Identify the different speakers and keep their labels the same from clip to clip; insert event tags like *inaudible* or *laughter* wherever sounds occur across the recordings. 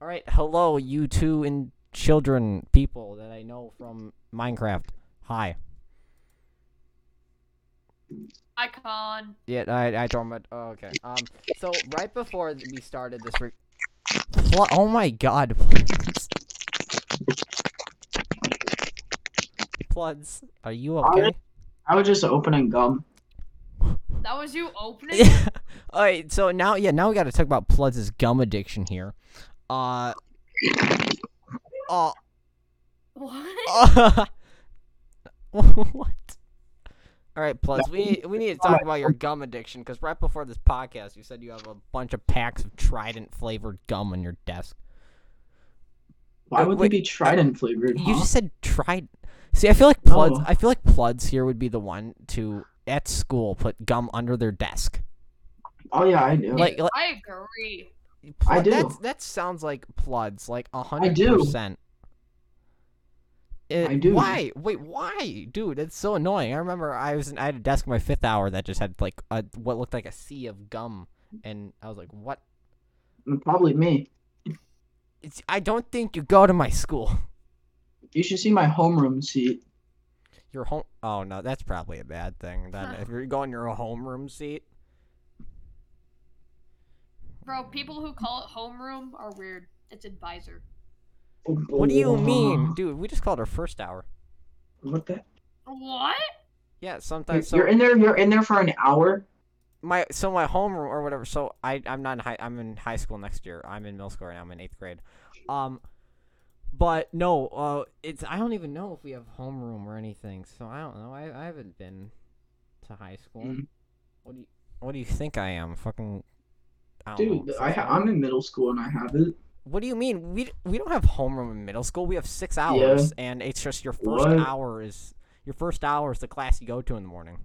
Speaker 1: All right, hello, you two and children, people that I know from Minecraft. Hi.
Speaker 2: Icon.
Speaker 1: Yeah, I I don't. but- Oh, okay. Um. So right before th- we started this, re- Pl- oh my God, Pluds. Pluds, are you
Speaker 3: I
Speaker 1: okay?
Speaker 3: I was just opening gum.
Speaker 2: That was you opening.
Speaker 1: *laughs* Yeah. All right. So now, yeah, now we got to talk about Pluds' gum addiction here. Uh. Uh.
Speaker 2: *laughs* What?
Speaker 1: uh what? All right, Pluds. We we need to talk about your gum addiction because right before this podcast, you said you have a bunch of packs of Trident flavored gum on your desk.
Speaker 3: Why
Speaker 1: Uh,
Speaker 3: would
Speaker 1: wait,
Speaker 3: they be Trident flavored?
Speaker 1: You
Speaker 3: huh?
Speaker 1: just said tried. See, I feel like Pluds.
Speaker 3: No.
Speaker 1: I feel like Pluds here would be the one to at school put gum under their desk.
Speaker 3: Oh yeah, I do.
Speaker 1: Like, like
Speaker 2: I agree.
Speaker 3: I
Speaker 1: Plud-
Speaker 3: do.
Speaker 1: That's, that sounds like Pluds, like a hundred
Speaker 3: do.
Speaker 1: percent. It-
Speaker 3: I do.
Speaker 1: Why? Wait, why, dude? It's so annoying. I remember I was in, I had a desk in my fifth hour that just had like a, what looked like a sea of gum, and I was like, "What?
Speaker 3: Probably me.
Speaker 1: It's, I don't think you go to my school. *laughs*
Speaker 3: You should see my homeroom seat.
Speaker 1: Your home? Oh no, that's probably a bad thing. Then if you're going to your homeroom seat,
Speaker 2: Bro, people who call it homeroom are weird. It's advisor.
Speaker 1: what do you mean, dude? We just called our first hour.
Speaker 3: What the?
Speaker 2: What?
Speaker 1: Yeah,
Speaker 3: You're,
Speaker 1: sometimes.
Speaker 3: you're
Speaker 1: so-
Speaker 3: in there. You're in there for an hour.
Speaker 1: my so my homeroom or whatever. So I I'm not in high I'm in high school next year. I'm in middle school right now. I'm in eighth grade. Um, but no, uh, it's I don't even know if we have homeroom or anything. So I don't know. I I haven't been to high school.
Speaker 3: Mhm.
Speaker 1: What do you What do you think I am? Fucking. I don't know,
Speaker 3: Dude, I ha-
Speaker 1: somehow.
Speaker 3: I'm in middle school and I have it.
Speaker 1: What do you mean? We we don't have homeroom in middle school. We have six hours, and it's just your first
Speaker 3: What?
Speaker 1: hour is your first hour is the class you go to in the morning.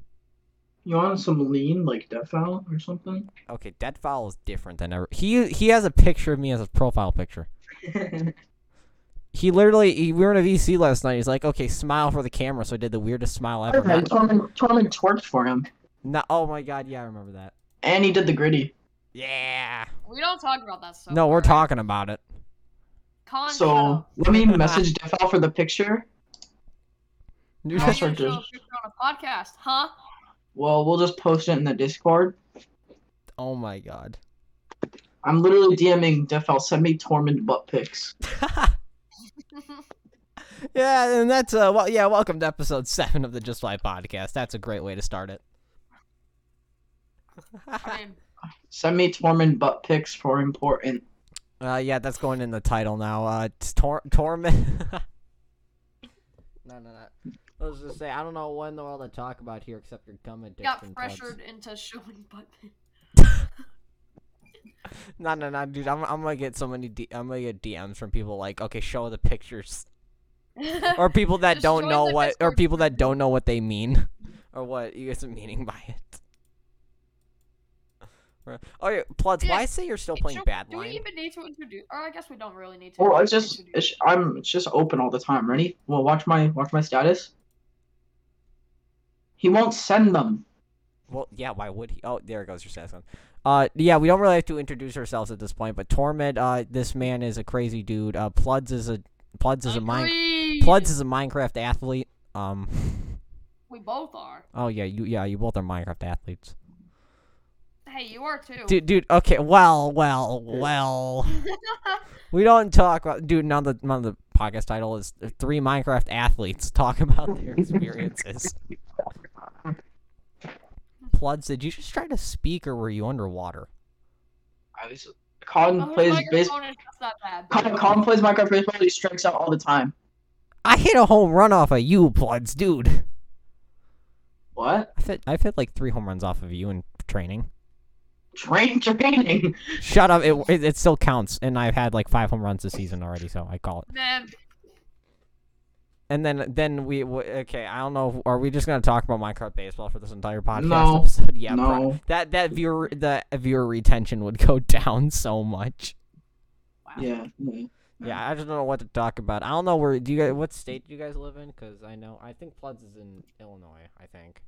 Speaker 3: You on some lean like Defal or something?
Speaker 1: Okay, Deadfall is different than ever. He he has a picture of me as a profile picture. He literally, he, we were in a VC last night. He's like, "Okay, smile for the camera." So I did the weirdest smile
Speaker 3: I
Speaker 1: ever. Not,
Speaker 3: had Tormund, Tormund torched for him,
Speaker 1: not- oh my god, yeah, I remember that.
Speaker 3: and he did the gritty.
Speaker 1: Yeah.
Speaker 2: We don't talk about that stuff.
Speaker 1: No, we're
Speaker 2: alright?
Speaker 1: talking about it.
Speaker 2: Con, shut
Speaker 3: So
Speaker 2: up.
Speaker 1: *laughs*
Speaker 3: let me message Defal for the picture.
Speaker 1: Dude,
Speaker 2: How
Speaker 3: Yes,
Speaker 2: are you
Speaker 3: sir,
Speaker 2: gonna show a
Speaker 3: dude.
Speaker 2: picture on a podcast, huh?
Speaker 3: Well, we'll just post it in the Discord.
Speaker 1: *laughs* oh my god.
Speaker 3: I'm literally DMing Defal. Send me Tormund butt pics.
Speaker 1: yeah, and that's uh, well, yeah. Welcome to episode seven of the Just Live podcast. That's a great way to start it. *laughs*
Speaker 2: I mean,
Speaker 3: Send me Tormund butt pics for important.
Speaker 1: Uh, yeah, that's going in the title now. Uh, it's tor- Torment. *laughs* no, no, no. I was just say I don't know what in the world to talk about here except your gum addiction.
Speaker 2: got
Speaker 1: Tubbs.
Speaker 2: pressured into showing *laughs* butt pics.
Speaker 1: No, no, no, dude. I'm, I'm gonna get so many. D- I'm gonna get DMs from people like, okay, show the
Speaker 2: *laughs*
Speaker 1: pictures, or people that
Speaker 2: Just
Speaker 1: don't
Speaker 2: join
Speaker 1: know
Speaker 2: the
Speaker 1: what, or
Speaker 2: Discord
Speaker 1: people that don't know what they mean, *laughs* or what you guys are meaning by it. *laughs* Or- Oh yeah, Pluds.
Speaker 2: Yeah,
Speaker 1: Why say you're still
Speaker 2: Wait,
Speaker 1: playing
Speaker 2: should-
Speaker 1: Bad
Speaker 2: Do we
Speaker 1: Line?
Speaker 2: even need to introduce? Or I guess we don't really need to.
Speaker 3: Well, it's just
Speaker 2: introduce-
Speaker 3: it's, I'm it's just open all the time. Ready? Well, watch my watch my status. He won't send them.
Speaker 1: Well, yeah. Why would he? Oh, there goes your status on. Uh, yeah. We don't really have to introduce ourselves at this point, but Torment. Uh, this man is a crazy dude. Uh, Pluds is a Pluds is a mine.
Speaker 2: Agreed.
Speaker 1: Pluds is a Minecraft athlete. Um. *laughs*
Speaker 2: We both are.
Speaker 1: Oh yeah, you yeah you both are Minecraft athletes.
Speaker 2: Hey, you are too.
Speaker 1: Dude, dude. Okay, well, well, well. we don't talk about dude. None of the none of the podcast title is three Minecraft athletes talk about their experiences. Pluds, did you just try to speak or were you underwater?
Speaker 3: I was Colin
Speaker 2: Oh,
Speaker 3: plays
Speaker 2: my
Speaker 3: baseball.
Speaker 2: microphone is just that bad.
Speaker 3: Colin, Colin plays Minecraft baseball. He strikes out all the time.
Speaker 1: I hit a home run off of you, Pluds, dude.
Speaker 3: What?
Speaker 1: I've hit, I've hit like three home runs off of you in training.
Speaker 3: Train training. *laughs*
Speaker 1: Shut up. It, it it still counts, and I've had like five home runs this season already, so I call it.
Speaker 2: Man,
Speaker 1: And then then we w- okay. I don't know. if- Are we just gonna talk about Minecraft baseball for this entire podcast
Speaker 3: No.
Speaker 1: episode? *laughs* Yeah. pro-
Speaker 3: no.
Speaker 1: That that viewer the viewer retention would go *laughs* down so much.
Speaker 2: wow.
Speaker 3: Yeah. yeah.
Speaker 1: Yeah, I just don't know what to talk about. I don't know where do you guys what state do you guys live in? Because I know I think Pluds is in Illinois. I think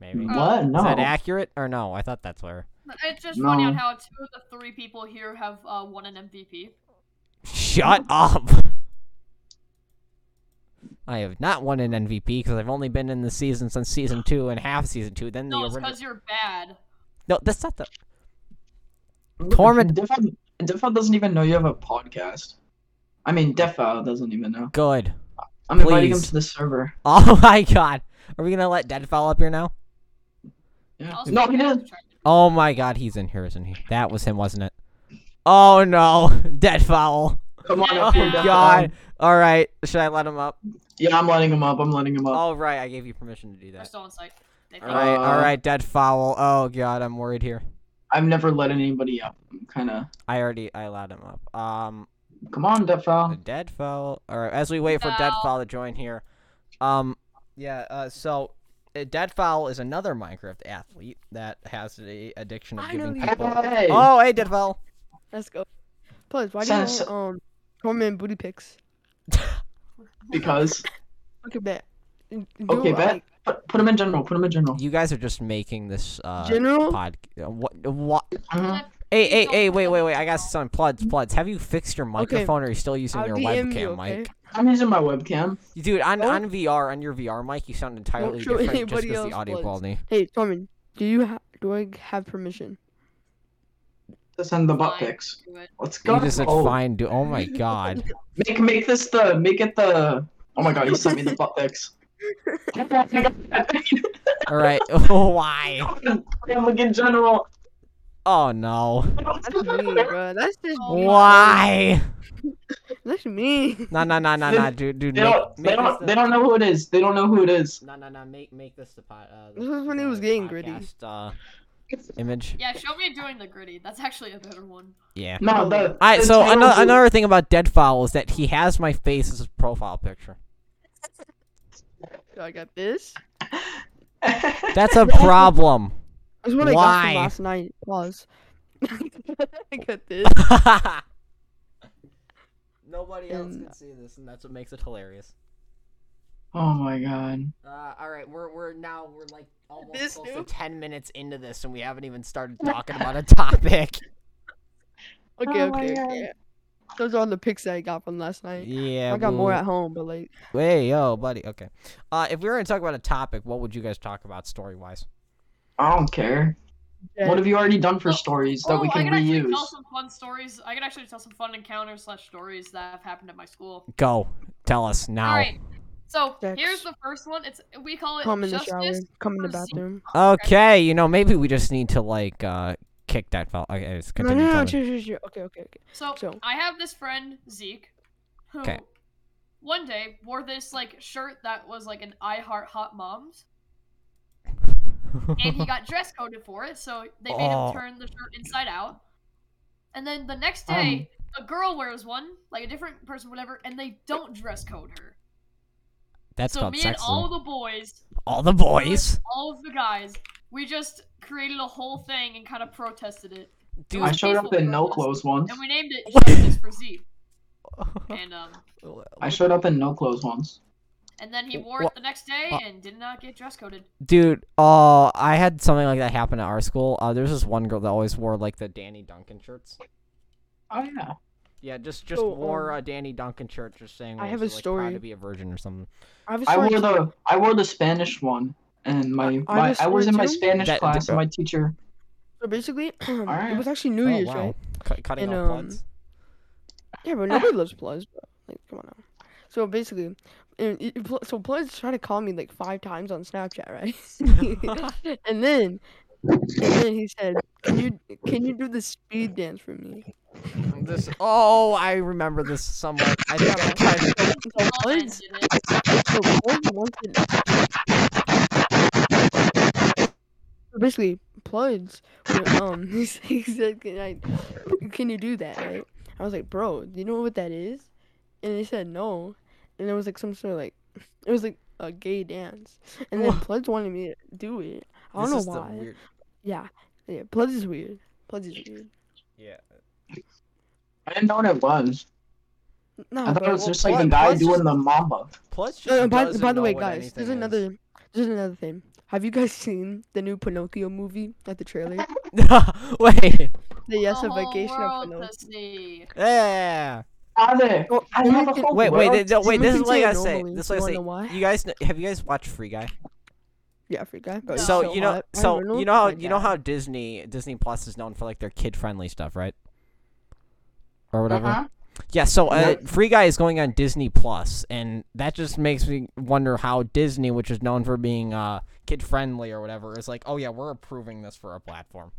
Speaker 1: maybe
Speaker 2: Uh,
Speaker 3: What?
Speaker 1: is that
Speaker 3: No.
Speaker 1: accurate or no? I thought that's where. *laughs*
Speaker 2: It's just funny on
Speaker 3: No.
Speaker 2: how two of the three people here have uh, won an MVP.
Speaker 1: Shut up. I have not won an MVP because I've only been in the season since season two and half season two. Then
Speaker 2: No,
Speaker 1: the
Speaker 2: it's
Speaker 1: original.
Speaker 2: because you're bad.
Speaker 1: No, that's not the. Torment-
Speaker 3: Defa, Defa doesn't even know you have a podcast. I mean, Defa doesn't even know.
Speaker 1: Good. *laughs*
Speaker 3: I'm inviting him
Speaker 1: Please.
Speaker 3: to the server.
Speaker 1: Oh my god. Are we gonna let Deadfall up here now?
Speaker 3: Yeah.
Speaker 2: Also,
Speaker 3: No,
Speaker 2: you
Speaker 3: he
Speaker 2: guys *laughs*
Speaker 3: didn't.
Speaker 2: tried to-
Speaker 1: Oh my god, he's in here, isn't he? That was him, wasn't it? Oh no, *laughs* Deadfowl.
Speaker 3: Come on
Speaker 2: Yeah.
Speaker 3: up here,
Speaker 2: Oh,
Speaker 3: Defa.
Speaker 1: God. All right, should I let him up?
Speaker 3: Yeah, I'm letting him up. I'm letting him
Speaker 4: Oh.
Speaker 3: up.
Speaker 1: All right, I gave you permission to do
Speaker 2: They're
Speaker 1: that.
Speaker 2: still on site. They
Speaker 1: All
Speaker 2: think-
Speaker 1: right, all
Speaker 3: Uh,
Speaker 1: right, Deadfowl. Oh god, I'm worried here.
Speaker 3: I've never let anybody up. I'm kind of.
Speaker 1: I already I allowed him up. Um,
Speaker 3: Come on, Defa.
Speaker 1: Deadfowl. All right, as we wait for
Speaker 2: Fowl.
Speaker 1: Deadfowl to join here. Um, yeah. Uh, so uh, Deadfowl is another Minecraft athlete that has the addiction of
Speaker 4: I
Speaker 1: giving
Speaker 4: know you-
Speaker 1: people.
Speaker 3: Hey.
Speaker 1: Oh, hey, Deadfowl.
Speaker 4: Let's go. Plus, why
Speaker 3: Sounds-
Speaker 4: do you want, um Torment booty pics?
Speaker 3: Because
Speaker 4: Okay, bet. Do
Speaker 3: Okay, bet.
Speaker 4: like,
Speaker 3: put, put him in general. Put him in general.
Speaker 1: You guys are just making this uh
Speaker 4: General?
Speaker 1: pod. uh, What? What?
Speaker 3: Mhm.
Speaker 1: Hey, hey, hey! Wait, wait, wait! I got some plugs. Plugs. Have you fixed your microphone, or are you still using
Speaker 4: I'll
Speaker 1: your
Speaker 4: DM
Speaker 1: webcam
Speaker 4: you, okay?
Speaker 1: mic?
Speaker 3: I'm using my webcam.
Speaker 1: Dude, on,
Speaker 4: Don't-
Speaker 1: on VR, on your VR mic, you sound entirely
Speaker 4: show
Speaker 1: different just
Speaker 4: anybody
Speaker 1: because the
Speaker 4: else
Speaker 1: audio
Speaker 4: plugs.
Speaker 1: quality.
Speaker 4: Hey, Torment, do you ha- do I have permission?
Speaker 3: To send the butt
Speaker 2: Fine.
Speaker 3: pics.
Speaker 2: Do it.
Speaker 3: Let's go.
Speaker 1: You just said
Speaker 3: Oh,
Speaker 1: fine. Do oh my god.
Speaker 3: Make make this the make it the. Oh my god, you sent me the butt
Speaker 4: *laughs*
Speaker 3: pics. *laughs*
Speaker 1: All right. *laughs* Why?
Speaker 3: Look in general.
Speaker 1: Oh no.
Speaker 4: That's
Speaker 3: *laughs*
Speaker 4: mean, bro. That's just
Speaker 2: Oh,
Speaker 1: Why?
Speaker 4: that's *laughs* mean.
Speaker 1: No, no, no, no, no, dude, dude.
Speaker 3: They don't. They don't. They don't know who it is. They don't know who it is.
Speaker 1: No, no, no. Make make this the pot. Uh,
Speaker 4: This is when he was getting gritty.
Speaker 1: Uh, image.
Speaker 2: Yeah, show me doing the gritty. That's actually a better one.
Speaker 1: Yeah.
Speaker 3: No, the.
Speaker 1: All right,
Speaker 3: the
Speaker 1: so
Speaker 3: title
Speaker 1: another,
Speaker 3: dude-
Speaker 1: another thing about Deadfall is that he has my face as his profile picture.
Speaker 4: So I got this.
Speaker 1: That's *laughs* a problem.
Speaker 4: That's what I got
Speaker 1: Why?
Speaker 4: from last night. Pause. *laughs* I got this.
Speaker 1: Nobody
Speaker 4: else And- can
Speaker 1: see this, and that's what makes it hilarious.
Speaker 3: *laughs* oh my god.
Speaker 1: Uh, all right, we're we're now we're like almost
Speaker 4: This
Speaker 1: close to
Speaker 4: new-
Speaker 1: ten minutes into this, and we haven't even *laughs* started talking about a topic.
Speaker 3: *laughs*
Speaker 4: Okay,
Speaker 3: Oh my
Speaker 4: okay,
Speaker 3: God.
Speaker 4: okay. Those are all the pics that I got from last
Speaker 1: *laughs*
Speaker 4: night.
Speaker 1: yeah,
Speaker 4: I got more
Speaker 1: boo.
Speaker 4: at home, but like,
Speaker 1: Hey, yo, buddy. Okay, uh, if we were gonna talk about a topic, what would you guys talk about story wise?
Speaker 3: I don't care. What have you already done for stories that
Speaker 2: oh,
Speaker 3: we
Speaker 2: I
Speaker 3: can
Speaker 2: can actually
Speaker 3: reuse?
Speaker 2: tell some fun stories. I can actually tell some fun encounters slash stories that have happened at my school.
Speaker 1: Go, tell us now.
Speaker 2: All right. So
Speaker 4: Sex.
Speaker 2: here's the first one. It's we call it
Speaker 4: come in the
Speaker 2: justice.
Speaker 4: shower, come in the
Speaker 2: for Z-
Speaker 4: bathroom.
Speaker 1: Okay, you know maybe we just need to like uh kick that fell. Okay, let's
Speaker 4: No, no,
Speaker 1: continue.
Speaker 4: no,
Speaker 1: Tony.
Speaker 4: sure, sure, sure. Okay, okay, okay.
Speaker 2: So,
Speaker 4: So-
Speaker 2: I have this friend Zeke, who
Speaker 1: Okay.
Speaker 2: one day wore this like shirt that was like an I heart hot moms,
Speaker 1: *laughs*
Speaker 2: and he got dress coded for it. So they made
Speaker 1: Oh.
Speaker 2: him turn the shirt inside out. And then the next
Speaker 1: Um,
Speaker 2: day, a girl wears one, like a different person, whatever, and they don't dress code her.
Speaker 1: That's
Speaker 2: so
Speaker 1: called
Speaker 2: me and
Speaker 1: sexism.
Speaker 2: all the boys,
Speaker 1: all the boys.
Speaker 2: all of the guys, we just created a whole thing and kind of protested it.
Speaker 1: Dude,
Speaker 3: I showed up in no clothes once.
Speaker 2: And we named it Justice
Speaker 1: *laughs*
Speaker 2: for Zeke. And um,
Speaker 3: I showed up in no clothes once.
Speaker 2: and then he
Speaker 1: Wh-
Speaker 2: wore
Speaker 1: what-
Speaker 2: it the next day
Speaker 1: uh,
Speaker 2: and did not get dress coded.
Speaker 1: Dude, uh, I had something like that happen at our school. Uh, there's this one girl that always wore like the Danny Duncan shirts.
Speaker 3: Oh yeah.
Speaker 1: Yeah, just just
Speaker 4: Oh,
Speaker 1: wore
Speaker 4: um,
Speaker 1: a Danny Duncan shirt, just saying.
Speaker 4: I
Speaker 1: like,
Speaker 4: have a
Speaker 1: she's, like, proud
Speaker 4: story.
Speaker 1: to be a virgin or something.
Speaker 4: I have a
Speaker 3: I
Speaker 4: story
Speaker 3: wore
Speaker 4: too.
Speaker 3: the I wore the Spanish one, and my,
Speaker 4: I
Speaker 3: my
Speaker 4: just
Speaker 3: I was in my
Speaker 4: wore two.
Speaker 3: Spanish
Speaker 1: That-
Speaker 3: class,
Speaker 1: the-
Speaker 3: and my teacher.
Speaker 4: So basically, *clears throat*
Speaker 3: Alright.
Speaker 4: it was actually New
Speaker 1: oh
Speaker 4: Year's,
Speaker 1: wow,
Speaker 4: right?
Speaker 1: Cut- cutting
Speaker 4: And,
Speaker 1: off
Speaker 4: um,
Speaker 1: bloods.
Speaker 4: Yeah, but nobody loves Pluz, bro. Like, come on now. So basically, and it- Pl- so Pluz tried to call me like five times on Snapchat, right? *laughs* and then, and then he said, "Can you can you do the speed dance for me?"
Speaker 1: This. Oh, I remember this somewhat. I think *laughs* I tried.
Speaker 4: So
Speaker 2: All men
Speaker 4: Pluz,
Speaker 2: did it.
Speaker 4: so Pluz wanted. So Basically, Pluz, went, um, *laughs* he s- he said, "Can I? Can you do that?" Right? I was like, "Bro, do you know what that is?" And he said no. And it was like some sort of like it was like a gay dance. And then
Speaker 1: Wha-
Speaker 4: Pledge wanted me to do it. I
Speaker 1: This
Speaker 4: don't
Speaker 1: is
Speaker 4: know
Speaker 1: the
Speaker 4: why.
Speaker 1: weird.
Speaker 4: Yeah. Yeah. Pledge is weird. Pledge is weird.
Speaker 1: Yeah.
Speaker 3: I didn't know what it was.
Speaker 4: No,
Speaker 3: I thought it
Speaker 4: but
Speaker 3: was
Speaker 1: well,
Speaker 3: just like the
Speaker 1: what-
Speaker 3: guy
Speaker 1: what's
Speaker 3: doing
Speaker 1: just-
Speaker 3: the mamba.
Speaker 1: Plus, just
Speaker 4: uh, by,
Speaker 1: doesn't
Speaker 4: by the
Speaker 1: know
Speaker 4: way
Speaker 1: what
Speaker 4: guys,
Speaker 1: anything
Speaker 4: there's
Speaker 1: is.
Speaker 4: another there's another thing. Have you guys *laughs* seen the new Pinocchio movie at
Speaker 2: *laughs*
Speaker 4: the trailer?
Speaker 1: *laughs* Wait.
Speaker 4: The Yes
Speaker 2: the
Speaker 4: a
Speaker 2: whole
Speaker 4: Vacation of
Speaker 2: world
Speaker 4: Pinocchio.
Speaker 2: to see.
Speaker 1: Yeah.
Speaker 3: Father,
Speaker 1: Oh,
Speaker 4: Well,
Speaker 3: I have a
Speaker 4: you can-
Speaker 3: phone.
Speaker 1: Wait, wait,
Speaker 3: Well,
Speaker 1: th- th- wait.
Speaker 4: you
Speaker 1: This is
Speaker 4: can
Speaker 1: what I
Speaker 4: say it
Speaker 1: gotta say.
Speaker 4: normally.
Speaker 1: This is what I
Speaker 4: You
Speaker 1: gotta
Speaker 4: wanna
Speaker 1: say.
Speaker 4: know why?
Speaker 1: You guys, kn- have you guys watched Free Guy?
Speaker 4: Yeah, free guy. But
Speaker 2: No.
Speaker 4: he's
Speaker 1: So, you know,
Speaker 4: hot. I
Speaker 1: so
Speaker 4: Reynolds,
Speaker 1: you know how
Speaker 4: my
Speaker 1: you know
Speaker 4: guy.
Speaker 1: how Disney Disney Plus is known for like their kid friendly stuff, right? Or whatever.
Speaker 3: Uh-huh.
Speaker 1: Yeah. So uh,
Speaker 3: Yep.
Speaker 1: Free Guy is going on Disney Plus, and that just makes me wonder how Disney, which is known for being uh, kid friendly or whatever, is like, oh yeah, we're approving this for our platform.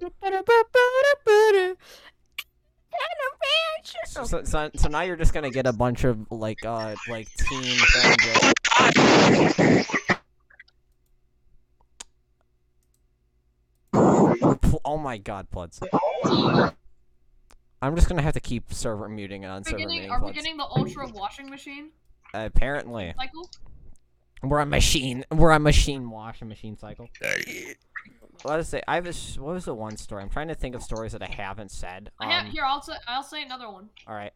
Speaker 4: Oh.
Speaker 1: So, so, so, so now you're just gonna get a bunch of like uh like teen porn jokes. Pl- Oh my god, Bloods. I'm just gonna have to keep server muting and on
Speaker 2: Are we
Speaker 1: server
Speaker 2: getting,
Speaker 1: muting.
Speaker 2: are we
Speaker 1: Bloods.
Speaker 2: getting the ultra washing machine
Speaker 1: Apparently,
Speaker 2: cycle?
Speaker 1: we're a machine. We're a machine wash and machine cycle. Let us say I have a, s- what was the one story? I'm trying to think of stories that I haven't said.
Speaker 2: I have
Speaker 1: Um,
Speaker 2: here. I'll say, I'll say another one.
Speaker 1: All right.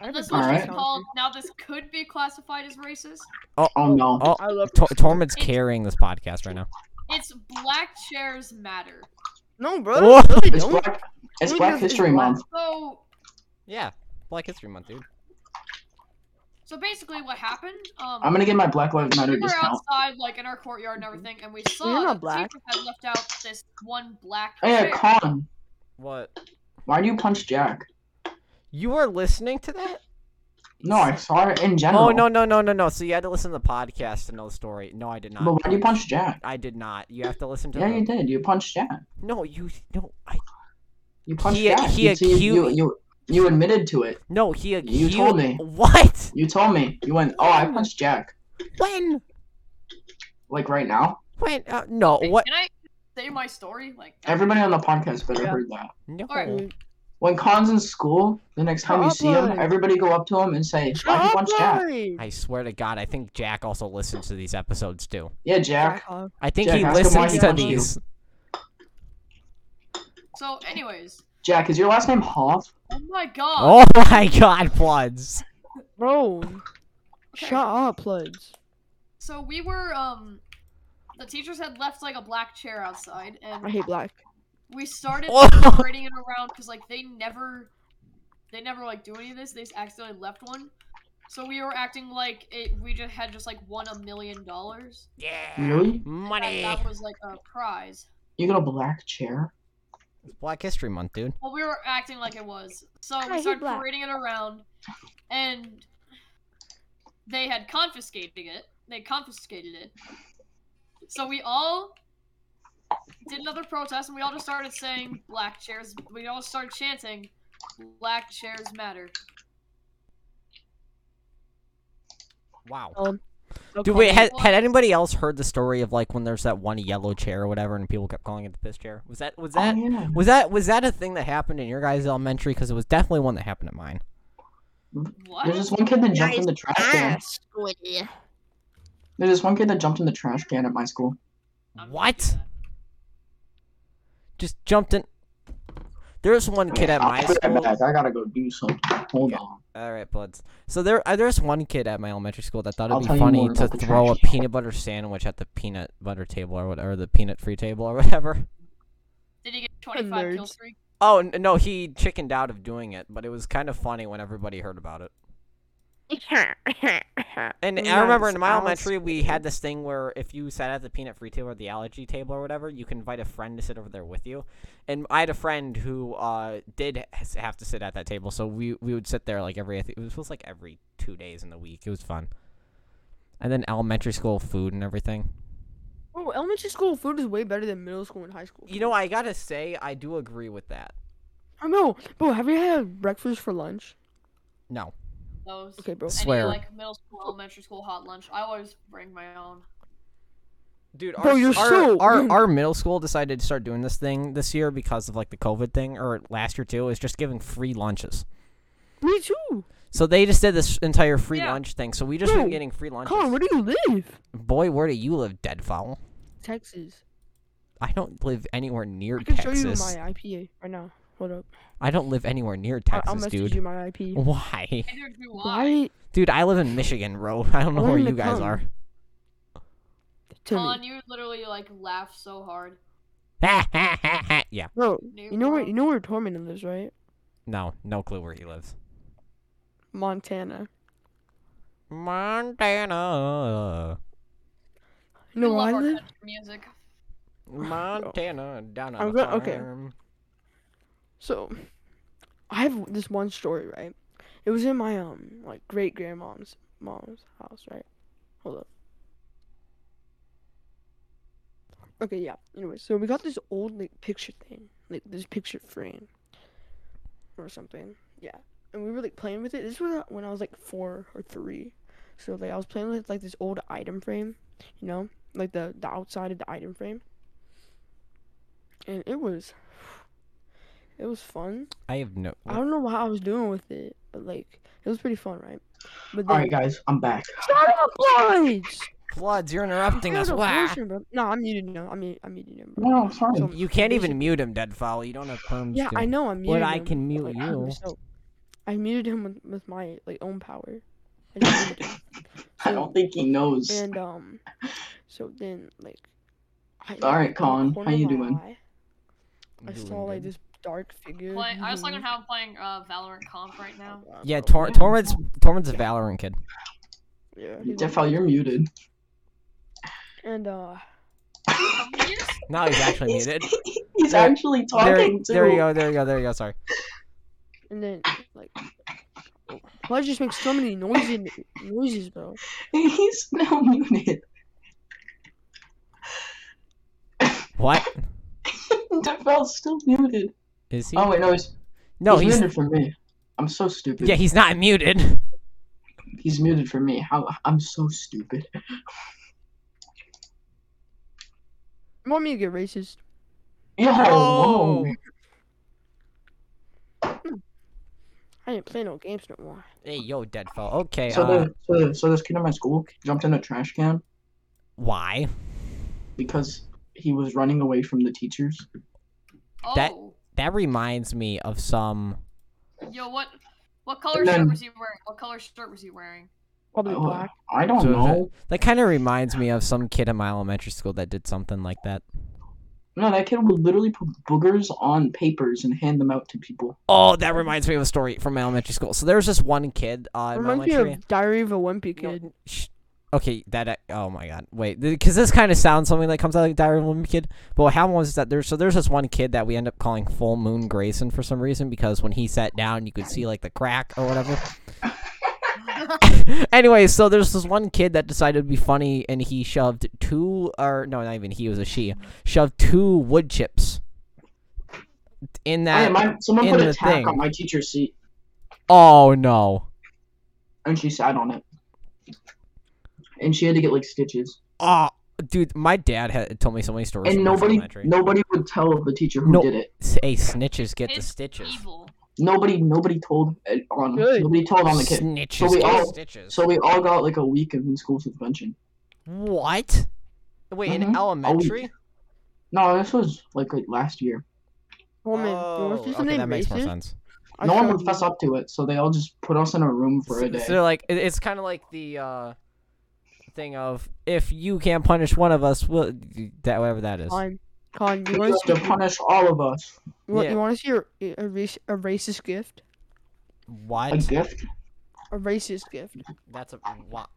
Speaker 2: And this
Speaker 3: All
Speaker 2: one's just
Speaker 3: right.
Speaker 2: called. Now this could be classified as racist.
Speaker 3: Oh no.
Speaker 1: Oh,
Speaker 4: I love
Speaker 1: Tor- Tormund's carrying this podcast right now.
Speaker 2: It's black chairs matter.
Speaker 4: No,
Speaker 1: Whoa.
Speaker 4: bro. that's really
Speaker 3: It's
Speaker 4: dumb.
Speaker 3: Black, it's
Speaker 4: Who
Speaker 3: Black
Speaker 4: does-
Speaker 3: History
Speaker 4: it's
Speaker 3: Month.
Speaker 2: So
Speaker 1: Yeah, Black History Month, dude.
Speaker 2: so basically, what happened? Um,
Speaker 3: I'm gonna get my Black Lives Matter
Speaker 2: we were
Speaker 3: discount.
Speaker 2: outside, like in our courtyard
Speaker 3: Mm-hmm.
Speaker 2: and everything, and we saw
Speaker 4: you're not
Speaker 2: that the
Speaker 4: black.
Speaker 2: teacher had left out this one black
Speaker 3: Oh yeah,
Speaker 2: chair.
Speaker 3: Colin,
Speaker 1: What?
Speaker 3: why do you punch Jack?
Speaker 1: You are listening to that?
Speaker 3: No, I saw it in general.
Speaker 1: Oh no no no no no! So you had to listen to the podcast to know the story. No, I did not.
Speaker 3: But why do you punch Jack?
Speaker 1: I did not. You have to listen to.
Speaker 3: Yeah,
Speaker 1: the...
Speaker 3: you did. You punched Jack.
Speaker 1: No, you no. I
Speaker 3: You punched
Speaker 1: He-
Speaker 3: Jack.
Speaker 1: he
Speaker 3: you, see, you,
Speaker 1: accu-
Speaker 3: you you admitted to it.
Speaker 1: no. He
Speaker 3: You told me.
Speaker 1: What?
Speaker 3: You told me. You went, oh, I punched Jack.
Speaker 1: When?
Speaker 3: Like right now.
Speaker 1: When? Uh, no.
Speaker 2: Hey,
Speaker 1: What?
Speaker 2: Can I say my story? Like
Speaker 3: Everybody on the podcast better
Speaker 4: Yeah.
Speaker 3: heard that.
Speaker 1: No.
Speaker 2: Alright.
Speaker 3: When Colin's in school, the next time you see him,
Speaker 4: Problem.
Speaker 3: everybody go up to him and say, why you punch Jack?
Speaker 1: I swear to God, I think Jack also listens to these episodes too.
Speaker 3: Yeah, Jack.
Speaker 1: I think
Speaker 3: Jack,
Speaker 1: he
Speaker 3: ask him why
Speaker 1: listens
Speaker 3: he
Speaker 1: to
Speaker 3: punched you.
Speaker 1: these.
Speaker 2: so. Anyways,
Speaker 3: Jack, is your last name Hoff?
Speaker 2: oh my god.
Speaker 1: Oh my God, bloods.
Speaker 4: Bro,
Speaker 2: Okay.
Speaker 4: shut up, Plugs.
Speaker 2: So we were um, the teachers had left like a black chair outside, and
Speaker 4: I hate black.
Speaker 2: we started
Speaker 1: Oh. *laughs*
Speaker 2: operating it around because like they never they never like do any of this they just accidentally left one so we were acting like it we just had just like won a million dollars
Speaker 1: Yeah.
Speaker 3: Really?
Speaker 2: That-
Speaker 1: Money.
Speaker 2: that was like a prize
Speaker 3: You got a black chair?
Speaker 1: It's Black History Month, dude.
Speaker 2: well we were acting like it was so
Speaker 4: I
Speaker 2: we
Speaker 4: hate
Speaker 2: started
Speaker 4: black.
Speaker 2: parading it around and they had confiscated it they confiscated it so we all did another protest and we all just started saying black chairs we all started chanting black chairs matter
Speaker 1: Wow.
Speaker 4: Um,
Speaker 1: Dude, wait, had,
Speaker 2: Well,
Speaker 1: had anybody else heard the story of like when there's that one yellow chair or whatever, and people kept calling it the piss chair? Was that was that
Speaker 3: oh, yeah.
Speaker 1: was that was that a thing that happened in your guys' elementary? Because it was definitely one that happened at mine.
Speaker 2: What?
Speaker 3: There's this one kid that jumped in the trash can. There's this one kid that jumped in the trash can at my school.
Speaker 2: I'm gonna do
Speaker 1: What?
Speaker 2: that.
Speaker 1: Just jumped in. There's one kid at
Speaker 3: I'll
Speaker 1: my
Speaker 3: be right
Speaker 1: school.
Speaker 3: back. I gotta go do something. Hold
Speaker 1: Yeah.
Speaker 3: on.
Speaker 1: All right, buds. So there, uh, there's one kid at my elementary school that thought
Speaker 3: I'll
Speaker 1: it'd
Speaker 3: tell
Speaker 1: be
Speaker 3: you
Speaker 1: funny
Speaker 3: more
Speaker 1: to
Speaker 3: about the
Speaker 1: throw a
Speaker 3: trash.
Speaker 1: peanut butter sandwich at the peanut butter table or whatever, the peanut free table or *laughs* whatever.
Speaker 2: Did he get 25 kill
Speaker 4: nerds.
Speaker 2: streak?
Speaker 1: Oh n- no, he chickened out of doing it, but it was kind of funny when everybody heard about *laughs* it. And I remember in
Speaker 4: Nice,
Speaker 1: my
Speaker 4: Alice.
Speaker 1: elementary, we had this thing where if you sat at the peanut free table or the allergy table or whatever, you can invite a friend to sit over there with you. And I had a friend who uh, did has- have to sit at that table, so we we would sit there like every I think- it was like every two days in the week. It was fun. And then elementary school food and everything.
Speaker 4: Oh, elementary school food is way better than middle school and high school.
Speaker 1: You know, I gotta say, I do agree with that.
Speaker 4: I know, bro. Have you had breakfast for lunch?
Speaker 1: No,
Speaker 2: Those.
Speaker 4: Okay, bro.
Speaker 2: Any,
Speaker 1: Swear.
Speaker 2: like middle school, elementary school hot lunch. I always bring my own.
Speaker 1: dude. Our,
Speaker 4: Bro, you're
Speaker 1: our,
Speaker 4: so-
Speaker 1: our our middle school decided to start doing this thing this year because of like the COVID thing, or last year too, is just giving free lunches.
Speaker 4: Me too.
Speaker 1: So they just did this entire free
Speaker 2: Yeah.
Speaker 1: lunch thing. So we just been
Speaker 4: Dude,
Speaker 1: getting free lunches.
Speaker 4: Colin, where do you live?
Speaker 1: Boy, where do you live, dead fowl?
Speaker 4: Texas.
Speaker 1: I don't live anywhere near
Speaker 4: I can
Speaker 1: Texas.
Speaker 4: show you my IPA right now. Hold up.
Speaker 1: I don't live anywhere near
Speaker 4: I- I'll
Speaker 1: Texas,
Speaker 4: message
Speaker 1: dude. Oh
Speaker 4: you my IP.
Speaker 1: Why, *laughs*
Speaker 2: Neither do I.
Speaker 4: Why?
Speaker 1: dude? I live in Michigan, bro. *laughs* I don't know
Speaker 4: I
Speaker 1: where
Speaker 4: wanted to
Speaker 1: you guys
Speaker 4: come.
Speaker 1: are.
Speaker 4: To
Speaker 2: Con,
Speaker 4: me.
Speaker 2: you literally like laugh so hard.
Speaker 1: yeah.
Speaker 4: Bro,
Speaker 2: Near
Speaker 1: *laughs*
Speaker 4: you know where
Speaker 2: Rome.
Speaker 4: you know where Tormund lives, right?
Speaker 1: No, no clue where he lives.
Speaker 4: Montana. *sighs*
Speaker 1: Montana.
Speaker 2: We
Speaker 4: No,
Speaker 2: love
Speaker 4: I
Speaker 2: our
Speaker 4: live.
Speaker 2: country music.
Speaker 1: Montana down on
Speaker 4: I'm
Speaker 1: the
Speaker 4: go- okay.
Speaker 1: farm.
Speaker 4: So, I have this one story, right? It was in my um like great grandmom's mom's house, right? Hold up. Okay, yeah. Anyway, so we got this old like picture thing, like this picture frame, or something. Yeah, and we were like playing with it. This was uh, when I was like four or three. So like I was playing with like this old item frame, you know, like the the outside of the item frame. And it was, it was fun.
Speaker 1: I have no.
Speaker 4: I don't know what I was doing with it, but like it was pretty fun, right? But
Speaker 3: All
Speaker 4: then
Speaker 3: right, guys, I'm back.
Speaker 4: shut up, Lloyd!
Speaker 1: Floods, you're interrupting us. Wow.
Speaker 4: No, I'm muted now. I'm muted. I'm muted now. Bro.
Speaker 3: No, I'm sorry.
Speaker 4: So-
Speaker 1: You can't even mute him, Deadfowl. You don't have perms.
Speaker 4: yeah,
Speaker 1: to.
Speaker 4: I know. I'm muted.
Speaker 1: But I
Speaker 4: him,
Speaker 1: can mute
Speaker 4: like, I don't
Speaker 1: you.
Speaker 4: know. I muted him with, with my like own power. I just muted him.
Speaker 3: *laughs* I don't think he knows. *laughs*
Speaker 4: And um, so then like. I,
Speaker 3: All right,
Speaker 4: in the
Speaker 3: Colin,
Speaker 4: corner
Speaker 3: how you
Speaker 4: of my
Speaker 3: doing?
Speaker 4: eye, I
Speaker 1: Doing
Speaker 4: saw like
Speaker 1: good.
Speaker 4: this dark figure.
Speaker 2: Play, I was looking
Speaker 1: Mm-hmm.
Speaker 4: moving.
Speaker 2: how I'm playing uh, Valorant Comp right now.
Speaker 1: Yeah, Tor- Tormund's Tormund's a Valorant kid.
Speaker 4: Yeah, he's
Speaker 3: Defal, you're muted.
Speaker 4: And uh,
Speaker 2: Yes,
Speaker 1: Now he's actually
Speaker 3: *laughs* He's-
Speaker 1: muted.
Speaker 3: He's
Speaker 1: There-
Speaker 3: actually
Speaker 1: There,
Speaker 3: talking
Speaker 1: there you
Speaker 3: too.
Speaker 1: go. There you go. There you go. Sorry.
Speaker 4: and then like, Blood just makes so many noises, noises, bro.
Speaker 3: *laughs* He's now muted. *laughs*
Speaker 1: What
Speaker 3: Defel's still muted.
Speaker 1: is he?
Speaker 3: Oh wait, no, he's
Speaker 1: no,
Speaker 3: he's,
Speaker 1: he's
Speaker 3: muted for me. I'm so stupid.
Speaker 1: yeah, he's not muted. *laughs*
Speaker 3: he's muted for me. How I'm so stupid. *laughs*
Speaker 4: You want me to get racist?
Speaker 3: Yo, whoa.
Speaker 1: Oh.
Speaker 4: I didn't play no games no more.
Speaker 1: Hey, yo, Deadfall. Okay.
Speaker 3: So,
Speaker 1: uh,
Speaker 3: the, so, the- so this kid in my school jumped in a trash can
Speaker 1: why?
Speaker 3: because he was running away from the teachers.
Speaker 2: Oh,
Speaker 1: That- That reminds me of some.
Speaker 2: yo, what, what color
Speaker 3: And
Speaker 2: shirt
Speaker 3: then-
Speaker 2: was he wearing? What color shirt was he wearing?
Speaker 4: Probably
Speaker 3: Oh,
Speaker 4: black.
Speaker 3: I don't
Speaker 1: So is
Speaker 3: know.
Speaker 1: That kind of reminds me of some kid in my elementary school that did something like that.
Speaker 3: No, that kid would literally put boogers on papers and hand them out to people.
Speaker 1: Oh, that reminds me of a story from my elementary school. So there was this one kid uh, in my
Speaker 4: Reminds me
Speaker 1: elementary.
Speaker 4: of Diary of a Wimpy
Speaker 1: No,
Speaker 4: Kid.
Speaker 1: sh- okay, that uh, oh my god, wait, because this kind of sounds something that comes out like Diary of a Wimpy Kid. But what happened was that there's so there's this one kid that we end up calling Full Moon Grayson for some reason because when he sat down, you could see like the crack or whatever. anyway, so there's this one kid that decided to be funny and he shoved two or no, not even he it was a she shoved two wood chips in
Speaker 3: I,
Speaker 1: that.
Speaker 3: my, Oh, someone
Speaker 1: in
Speaker 3: put
Speaker 1: the
Speaker 3: a tack
Speaker 1: thing.
Speaker 3: on my teacher's seat
Speaker 1: oh no.
Speaker 3: and she sat on it. And she had to get like stitches.
Speaker 1: Oh, dude, my dad had told me so many stories. from his
Speaker 3: and nobody
Speaker 1: elementary.
Speaker 3: nobody would tell the teacher who
Speaker 1: No.
Speaker 3: did it.
Speaker 1: Hey, snitches get the
Speaker 2: It's
Speaker 1: stitches.
Speaker 2: Evil.
Speaker 3: Nobody nobody told it on
Speaker 4: Good.
Speaker 3: nobody told on the kid.
Speaker 1: Snitches
Speaker 3: So we
Speaker 1: get
Speaker 3: all-
Speaker 1: stitches.
Speaker 3: So we all got like a week of in school suspension.
Speaker 1: what? Wait, in
Speaker 3: Mhm.
Speaker 1: elementary?
Speaker 3: No, this was like, like last year.
Speaker 4: Oh, man, you want to see
Speaker 1: okay,
Speaker 4: something
Speaker 1: that makes more
Speaker 4: racist?
Speaker 1: sense.
Speaker 4: I
Speaker 3: no one
Speaker 4: showed
Speaker 3: would
Speaker 4: you.
Speaker 3: fess up to it, so they all just put us in a room for
Speaker 1: so,
Speaker 3: a day.
Speaker 1: so like, it, it's kind of like the uh, thing of if you can't punish one of us, we'll, that whatever that is.
Speaker 4: Colin, Colin, you
Speaker 3: you
Speaker 4: want
Speaker 3: have
Speaker 4: to
Speaker 3: to
Speaker 4: see,
Speaker 3: punish all of us.
Speaker 4: you want,
Speaker 1: Yeah.
Speaker 4: you want to see a, a, race, a racist gift?
Speaker 3: A
Speaker 1: What?
Speaker 3: gift?
Speaker 4: A racist gift.
Speaker 1: That's a what?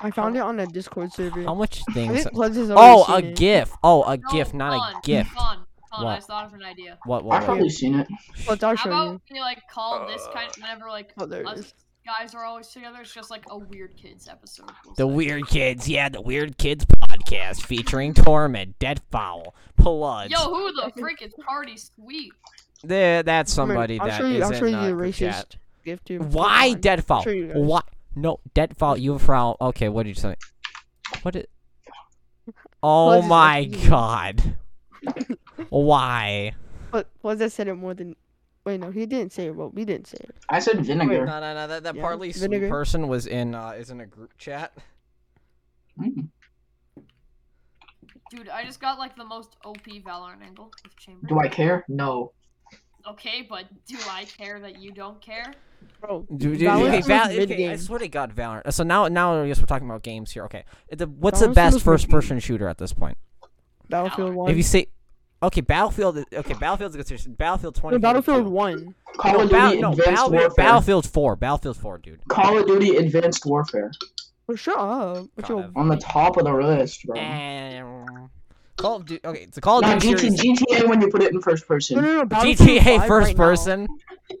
Speaker 4: I found it on a Discord server.
Speaker 1: How much
Speaker 4: I
Speaker 1: things?
Speaker 4: think Bloods has already
Speaker 1: Oh, a
Speaker 4: seen it.
Speaker 1: gif. Oh, a
Speaker 2: No,
Speaker 1: gif, not a
Speaker 2: Colin,
Speaker 1: gift.
Speaker 2: Colin,
Speaker 1: What?
Speaker 2: Colin, I just thought of an idea.
Speaker 1: What? What?
Speaker 3: I've
Speaker 1: what?
Speaker 3: probably seen it.
Speaker 4: Bloods, I'll
Speaker 2: How
Speaker 4: show
Speaker 2: about
Speaker 4: you.
Speaker 2: we like call this kind
Speaker 3: Uh,
Speaker 2: whenever like
Speaker 4: Oh, there it
Speaker 2: us
Speaker 4: is.
Speaker 2: guys are always together? It's just like a weird kids episode. we'll
Speaker 1: The
Speaker 2: say.
Speaker 1: Weird Kids, yeah, the Weird Kids podcast featuring Torment, Deadfowl, Pluds.
Speaker 2: Yo, who
Speaker 4: *laughs*
Speaker 2: the frick is Party Sweet?
Speaker 1: There, that's
Speaker 4: Come here,
Speaker 1: somebody
Speaker 4: I'll
Speaker 1: that
Speaker 4: show you,
Speaker 1: is
Speaker 4: I'll show
Speaker 1: in
Speaker 4: you
Speaker 1: uh,
Speaker 4: the
Speaker 1: group
Speaker 4: racist
Speaker 1: chat.
Speaker 4: gift too.
Speaker 1: Why Deadfall?
Speaker 4: Show you guys.
Speaker 1: Why? No, Deadfall. You from? Okay, what did you say? What did? Oh
Speaker 4: Plugs is
Speaker 1: my
Speaker 4: confusing.
Speaker 1: god!
Speaker 4: *laughs*
Speaker 1: Why?
Speaker 4: But Bloods has said it more than. Wait, no, he didn't say it. Well, we didn't say it.
Speaker 3: I said
Speaker 1: No,
Speaker 3: vinegar.
Speaker 1: no, no. That that
Speaker 4: Yeah,
Speaker 1: partly sweet
Speaker 4: vinegar.
Speaker 1: person was in uh, is in a group chat.
Speaker 3: Mm.
Speaker 2: Dude, I just got like the most OP Valorant angle with Chamber.
Speaker 3: Do I care? No.
Speaker 2: Okay, but do I care that you don't care?
Speaker 4: Bro,
Speaker 1: Dude,
Speaker 4: Valorant
Speaker 1: okay,
Speaker 4: was
Speaker 1: Val-
Speaker 4: mid
Speaker 1: okay, I
Speaker 4: game.
Speaker 1: swear to God, Valorant. So now, now I guess we're talking about games here. Okay, the, what's the
Speaker 4: Valorant's the
Speaker 1: best
Speaker 4: most mid game.
Speaker 1: first-person shooter at this point?
Speaker 4: Battlefield 1.
Speaker 1: If you say, Okay, Battlefield. is- Okay, Battlefield's a good series. Battlefield twenty.
Speaker 4: No, Battlefield One.
Speaker 3: Call
Speaker 1: No,
Speaker 3: of
Speaker 1: Ba-
Speaker 3: Duty
Speaker 1: no,
Speaker 3: Advanced
Speaker 1: Battle-
Speaker 3: Warfare.
Speaker 1: Battlefield four. Battlefield four, dude.
Speaker 3: Call of Duty Advanced Warfare
Speaker 4: Well, shut up. What's your-
Speaker 1: Kind
Speaker 3: on the top of the list, bro.
Speaker 1: And Call of Duty. Okay, it's a Call of
Speaker 3: Now
Speaker 1: Duty
Speaker 3: GT,
Speaker 1: series.
Speaker 3: GTA when you put it in first
Speaker 4: No,
Speaker 3: person.
Speaker 4: no, no. Battlefield
Speaker 1: GTA
Speaker 4: 5
Speaker 1: first
Speaker 4: right now-
Speaker 1: person.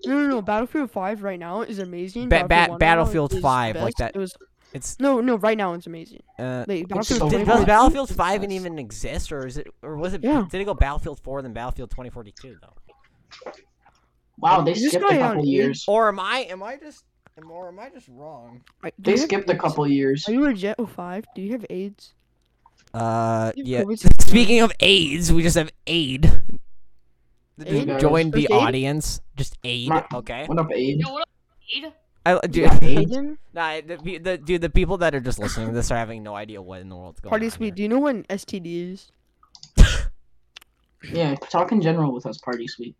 Speaker 4: No, no, no. Battlefield Five right now is amazing.
Speaker 1: Ba- ba-
Speaker 4: 1 right now
Speaker 1: Battlefield
Speaker 4: is the
Speaker 1: 5, like
Speaker 4: best.
Speaker 1: that-
Speaker 4: It was
Speaker 1: It's
Speaker 4: no, no. Right now it's amazing.
Speaker 1: uh.
Speaker 4: Like
Speaker 3: It's
Speaker 4: Battlefield
Speaker 3: so
Speaker 1: Did,
Speaker 3: Wait,
Speaker 1: does
Speaker 3: what?
Speaker 4: 5
Speaker 1: Battlefield
Speaker 4: is the
Speaker 1: Five
Speaker 4: best.
Speaker 1: even exist, or is it, or was it?
Speaker 4: Yeah.
Speaker 1: Did it go Battlefield Four then Battlefield twenty forty two though?
Speaker 3: Wow, they
Speaker 4: Is this
Speaker 3: skipped
Speaker 4: guy
Speaker 3: a
Speaker 4: on
Speaker 3: couple
Speaker 4: E?
Speaker 3: years.
Speaker 1: Or am I? Am I just? Am, or am I just wrong?
Speaker 4: Like, do
Speaker 3: They
Speaker 4: you have
Speaker 3: skipped a
Speaker 4: AIDS?
Speaker 3: couple years.
Speaker 4: Are you legit? Oh five? Do you have AIDS?
Speaker 1: Uh,
Speaker 4: You
Speaker 1: yeah.
Speaker 4: have COVID
Speaker 1: Speaking of AIDS, we just have aid.
Speaker 4: Aid?
Speaker 1: Just join the
Speaker 4: Just aid?
Speaker 1: audience. Just aid.
Speaker 3: My-
Speaker 1: Okay.
Speaker 3: What up, Aid?
Speaker 2: Yo, what up, Aid?
Speaker 1: I, dude,
Speaker 3: got aid?
Speaker 4: Aiden?
Speaker 1: nah, the, pe- the, dude, the people that are just listening to this are having no idea what in the world's going
Speaker 4: Party
Speaker 1: on.
Speaker 4: Sweet, do
Speaker 1: here.
Speaker 4: you know what an STD is?
Speaker 3: Yeah, talk in general with us, Party Suite.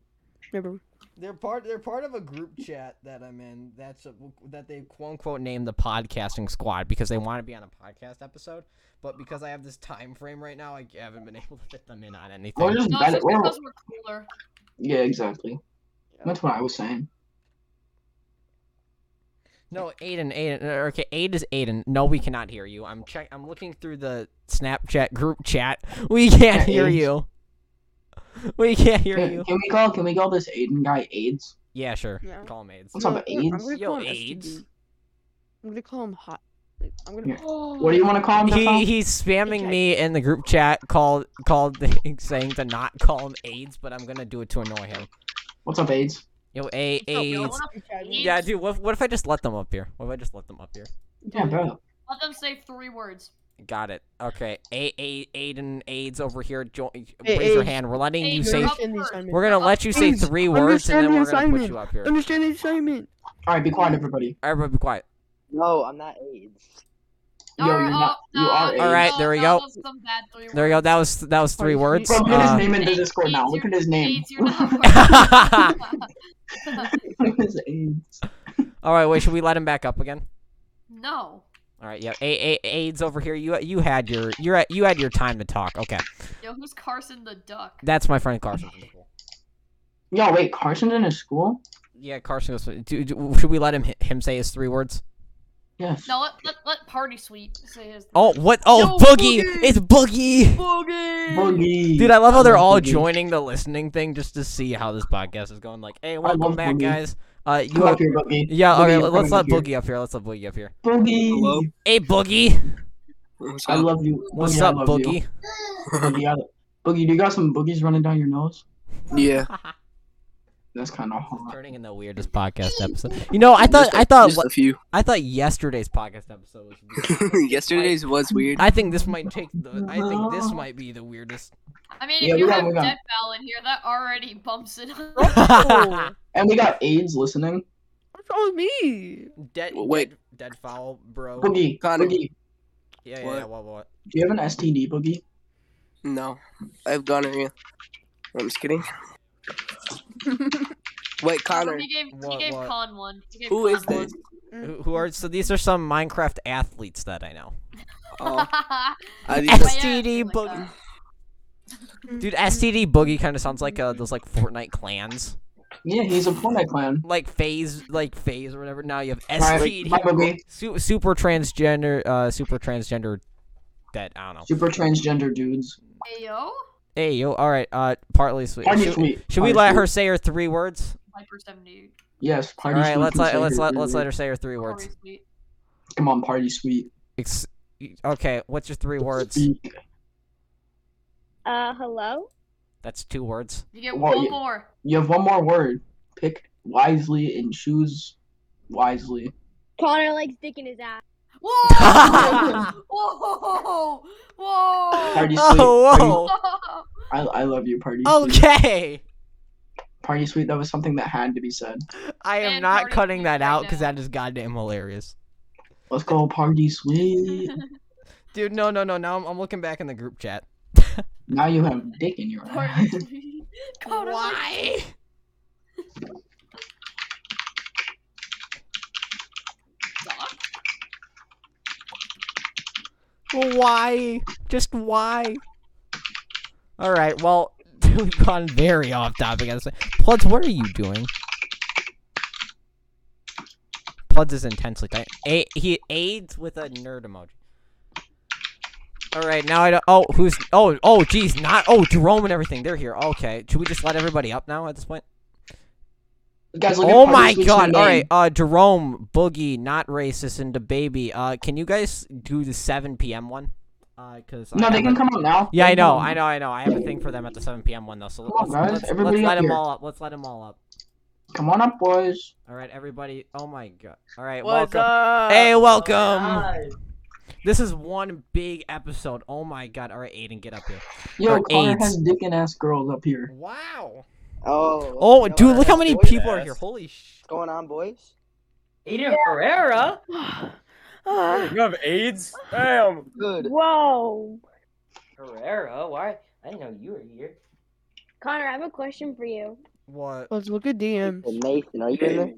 Speaker 4: Remember?
Speaker 1: They're part. They're part of a group chat that I'm in. That's a, that they quote unquote named the podcasting squad because they want to be on a podcast episode. But because I have this time frame right now, I haven't been *laughs* able to fit them in on anything.
Speaker 3: Or just
Speaker 2: No,
Speaker 3: bet
Speaker 2: it's
Speaker 3: it.
Speaker 2: just
Speaker 3: Well,
Speaker 2: because we're cooler.
Speaker 3: Yeah, exactly. That's what I was saying.
Speaker 1: No, Aiden, Aiden. er, Okay, Aid is Aiden. No, we cannot hear you. I'm check. I'm looking through the Snapchat group chat. *laughs* We can't hear
Speaker 3: Yeah, Aiden's-
Speaker 1: you. *laughs* We can't hear
Speaker 3: Can,
Speaker 1: you.
Speaker 3: can we call? Can we call this Aiden guy AIDS?
Speaker 1: Yeah, sure.
Speaker 4: Yeah.
Speaker 1: Call him AIDS.
Speaker 3: What's up,
Speaker 4: I'm
Speaker 3: AIDS?
Speaker 4: gonna
Speaker 1: Yo,
Speaker 4: call him
Speaker 1: AIDS.
Speaker 4: STD. I'm gonna call him hot. Like, I'm gonna.
Speaker 3: Yeah.
Speaker 2: Oh.
Speaker 3: What do you want to call him?
Speaker 1: He
Speaker 3: Defo?
Speaker 1: he's spamming
Speaker 4: Okay.
Speaker 1: me in the group chat. Called called *laughs* saying to not call him AIDS, but I'm gonna do it to annoy him.
Speaker 3: What's up, AIDS?
Speaker 1: Yo, A
Speaker 2: Yo, yo,
Speaker 1: AIDS.
Speaker 2: what up, Aid?
Speaker 1: Yeah, dude. What what if I just let them up here? What if I just let them up here?
Speaker 3: Yeah, bro.
Speaker 2: Let them say three words.
Speaker 1: Got it. Okay. A A Aiden AIDS over here. Jo- raise
Speaker 4: Hey,
Speaker 1: your
Speaker 4: Aids.
Speaker 1: hand. We're letting you
Speaker 2: Aids,
Speaker 1: say.
Speaker 2: you're up
Speaker 4: Understand the
Speaker 2: first.
Speaker 4: assignment.
Speaker 1: We're gonna let you say
Speaker 4: Aids,
Speaker 1: three words and
Speaker 4: understand
Speaker 1: then
Speaker 4: the
Speaker 1: we're gonna put
Speaker 4: assignment.
Speaker 1: you up here.
Speaker 4: Understand the assignment.
Speaker 3: All right, be quiet, everybody.
Speaker 1: Everybody, be quiet.
Speaker 5: No, I'm not AIDS.
Speaker 3: Yo,
Speaker 2: Or,
Speaker 3: you're
Speaker 2: uh,
Speaker 3: not. You
Speaker 2: no,
Speaker 3: are
Speaker 2: no,
Speaker 3: AIDS.
Speaker 1: All right,
Speaker 2: no,
Speaker 1: there we
Speaker 2: no,
Speaker 1: go.
Speaker 2: that was some bad three
Speaker 1: There we go.
Speaker 2: words.
Speaker 1: That was that was three words.
Speaker 3: Bro, put his
Speaker 1: Uh,
Speaker 3: name into
Speaker 2: AIDS,
Speaker 3: Discord now. Look at his name.
Speaker 2: AIDS, you're
Speaker 3: *laughs*
Speaker 2: not
Speaker 3: His AIDS.
Speaker 1: all right, wait. Should we let him back up again?
Speaker 2: *laughs* No.
Speaker 1: All right. Yeah. A, A AIDS over here. You you had your you're at, you had your time to talk. Okay.
Speaker 2: Yo, who's Carson the Duck?
Speaker 1: That's my friend Carson. from school.
Speaker 3: Yo, wait, Carson's in his school?
Speaker 1: Yeah, Carson goes. Do, do, should we let him him say his three words?
Speaker 3: Yes.
Speaker 2: No, let, let, let Party Sweet say his.
Speaker 1: Oh, what? Oh,
Speaker 2: Yo,
Speaker 1: boogie!
Speaker 2: Boogie!
Speaker 1: It's boogie.
Speaker 2: Boogie!
Speaker 3: Boogie.
Speaker 1: Dude, I love how they're all
Speaker 3: Boogie.
Speaker 1: joining the listening thing just to see how this podcast is going. Like, hey, welcome
Speaker 3: love
Speaker 1: back,
Speaker 3: Boogie.
Speaker 1: guys. Uh, you
Speaker 3: Come
Speaker 1: have,
Speaker 3: up here, Boogie.
Speaker 1: yeah.
Speaker 3: Boogie,
Speaker 1: Okay,
Speaker 3: you're
Speaker 1: let's
Speaker 3: coming
Speaker 1: let
Speaker 3: up here.
Speaker 1: Boogie up here. Let's let Boogie up here.
Speaker 3: Boogie.
Speaker 5: Hello?
Speaker 1: Hey, Boogie.
Speaker 5: What's
Speaker 3: I
Speaker 5: up?
Speaker 3: love you.
Speaker 1: What's
Speaker 3: Boogie, I
Speaker 1: up,
Speaker 3: love you.
Speaker 1: Boogie?
Speaker 3: Boogie, I- Boogie, do you got some boogies running down your nose?
Speaker 5: Yeah.
Speaker 3: That's kind of hot.
Speaker 1: Turning in the weirdest podcast episode. You know, I thought,
Speaker 5: just a-
Speaker 1: I thought,
Speaker 5: Just a *laughs* few.
Speaker 1: I thought yesterday's podcast episode was.
Speaker 3: *laughs*
Speaker 1: weird.
Speaker 5: Yesterday's was weird.
Speaker 1: I think this might take. The, I think this might be the weirdest.
Speaker 2: I mean,
Speaker 3: Yeah,
Speaker 2: if you
Speaker 3: we got-
Speaker 2: have
Speaker 3: we got-
Speaker 2: Dead Val in here, that already bumps it *laughs* up.
Speaker 3: Oh.
Speaker 2: Oh,
Speaker 1: dead,
Speaker 3: And we got AIDS listening.
Speaker 4: What's wrong with me?
Speaker 5: Wait.
Speaker 1: dead, dead foul, bro.
Speaker 3: Boogie,
Speaker 5: Got it.
Speaker 3: Boogie,
Speaker 1: Yeah, yeah,
Speaker 5: What?
Speaker 1: yeah. What, what?
Speaker 3: do you have an STD, Boogie?
Speaker 5: No. I've gonorrhea. I'm just
Speaker 6: *laughs*
Speaker 5: kidding. Wait, Connor.
Speaker 2: He gave, he
Speaker 1: What-
Speaker 2: gave
Speaker 1: what?
Speaker 2: Con one. He gave *laughs*
Speaker 5: Who is
Speaker 2: Con
Speaker 5: this?
Speaker 4: Mm. Mm-hmm.
Speaker 1: Who, who are so? These are some Minecraft athletes that I know.
Speaker 5: Oh,
Speaker 6: *laughs*
Speaker 2: one.
Speaker 5: I
Speaker 2: But
Speaker 5: didn't
Speaker 1: *laughs*
Speaker 2: yeah,
Speaker 5: know.
Speaker 1: STD
Speaker 2: something like
Speaker 1: boogie.
Speaker 2: that.
Speaker 1: Dude, STD Boogie kind of sounds like uh, those like Fortnite clans,
Speaker 3: Yeah, he's a Fortnite clan.
Speaker 1: like phase, like phase or whatever. Now you have
Speaker 3: Alright,
Speaker 1: STD,
Speaker 3: bye, Boogie.
Speaker 1: su- super transgender, uh, super transgender, dead. I don't know.
Speaker 3: Super transgender dudes.
Speaker 2: Hey, yo.
Speaker 1: Hey yo, all right. Uh, partly sweet.
Speaker 3: Party
Speaker 1: Should,
Speaker 3: sweet.
Speaker 1: should we
Speaker 3: Party
Speaker 1: let
Speaker 3: sweet.
Speaker 1: her say her three words?
Speaker 2: Viper 70.
Speaker 3: Yes,
Speaker 1: All
Speaker 3: party
Speaker 1: right,
Speaker 3: sweet.
Speaker 1: let's
Speaker 3: can
Speaker 1: let
Speaker 3: say
Speaker 1: let's
Speaker 3: her
Speaker 1: let
Speaker 3: three
Speaker 1: let's let her
Speaker 3: words.
Speaker 1: say her three
Speaker 2: Party
Speaker 1: words.
Speaker 2: Sweet.
Speaker 3: Come on, party sweet.
Speaker 1: Ex- okay, what's your three words?
Speaker 3: Speak.
Speaker 7: Uh, hello?
Speaker 1: That's two words.
Speaker 2: You get
Speaker 3: Well,
Speaker 2: one
Speaker 3: yeah.
Speaker 2: more.
Speaker 3: You have one more word. Pick wisely and choose wisely.
Speaker 7: Connor likes dick in his ass.
Speaker 2: Whoa! Whoa! Whoa!
Speaker 3: Party
Speaker 1: *laughs*
Speaker 3: sweet.
Speaker 1: Oh
Speaker 3: Party-
Speaker 1: whoa!
Speaker 3: I, I love you, party. Sweet.
Speaker 1: *laughs* Oh, Okay,
Speaker 3: Party sweet. That was something that had to be said.
Speaker 1: I am
Speaker 2: And
Speaker 1: not
Speaker 2: Party
Speaker 1: cutting
Speaker 2: Sweet
Speaker 1: that
Speaker 2: right
Speaker 1: out because
Speaker 2: now.
Speaker 1: that is goddamn hilarious.
Speaker 3: Let's go, party
Speaker 7: *laughs*
Speaker 3: sweet.
Speaker 1: Dude, no, no, no. Now I'm, I'm looking back in the group chat.
Speaker 3: now you have dick in your
Speaker 2: *laughs*
Speaker 3: ass.
Speaker 2: Party Sweet. Connor likes
Speaker 1: Why?
Speaker 2: Doc? *laughs*
Speaker 1: Why? Just why? All right. Well, *laughs* We've gone very off topic. I was like, Pluds, what are you doing? Pluds is intensely tight. A- he aids with a nerd emoji. All right, now I don't. Oh, who's? Oh, oh, geez, not. Oh, Jerome and everything. They're here. Okay, should we just let everybody up now at this point?
Speaker 3: *laughs* Guys, look at
Speaker 1: Oh
Speaker 3: Party
Speaker 1: my
Speaker 3: Solution
Speaker 1: god! All
Speaker 3: name.
Speaker 1: right, uh, Jerome, Boogie, not racist, and the baby. Uh, can you guys do the 7 p.m. one? Uh, cause I
Speaker 3: No, they
Speaker 1: have
Speaker 3: can
Speaker 1: a-
Speaker 3: come up now.
Speaker 1: Yeah, I
Speaker 3: They can
Speaker 1: know,
Speaker 3: come up.
Speaker 1: I know, I know. I have a thing for them at the 7 p.m. one though. So
Speaker 3: Come
Speaker 1: let's
Speaker 3: on, guys,
Speaker 1: let's, let's
Speaker 3: everybody
Speaker 1: let
Speaker 3: up
Speaker 1: them
Speaker 3: here.
Speaker 1: all up. Let's let them all up.
Speaker 3: Come on up, boys.
Speaker 1: All right, everybody. Oh my god. All right,
Speaker 6: What's
Speaker 1: welcome.
Speaker 6: up?
Speaker 1: Hey, welcome. This is one big episode. Oh my god. All right, Aiden, get up here.
Speaker 3: Yo,
Speaker 1: Or
Speaker 3: Connor
Speaker 1: AIDS.
Speaker 3: has dick and ass girls up here.
Speaker 1: Wow.
Speaker 5: Oh.
Speaker 1: Oh,
Speaker 5: yo,
Speaker 1: dude, look how
Speaker 5: what's
Speaker 1: many
Speaker 5: going
Speaker 1: people are
Speaker 5: on?
Speaker 1: here. Holy sh.
Speaker 5: What's going on, boys?
Speaker 6: Aiden Ferreira?
Speaker 4: *sighs* Ah,
Speaker 6: You have
Speaker 1: *laughs*
Speaker 6: AIDS? Damn.
Speaker 5: Good.
Speaker 7: Whoa.
Speaker 6: Ferreira? Why? I didn't know you were here.
Speaker 7: Connor, I have a question for you.
Speaker 1: What?
Speaker 4: Let's look at DM.
Speaker 5: Nathan, are you in there?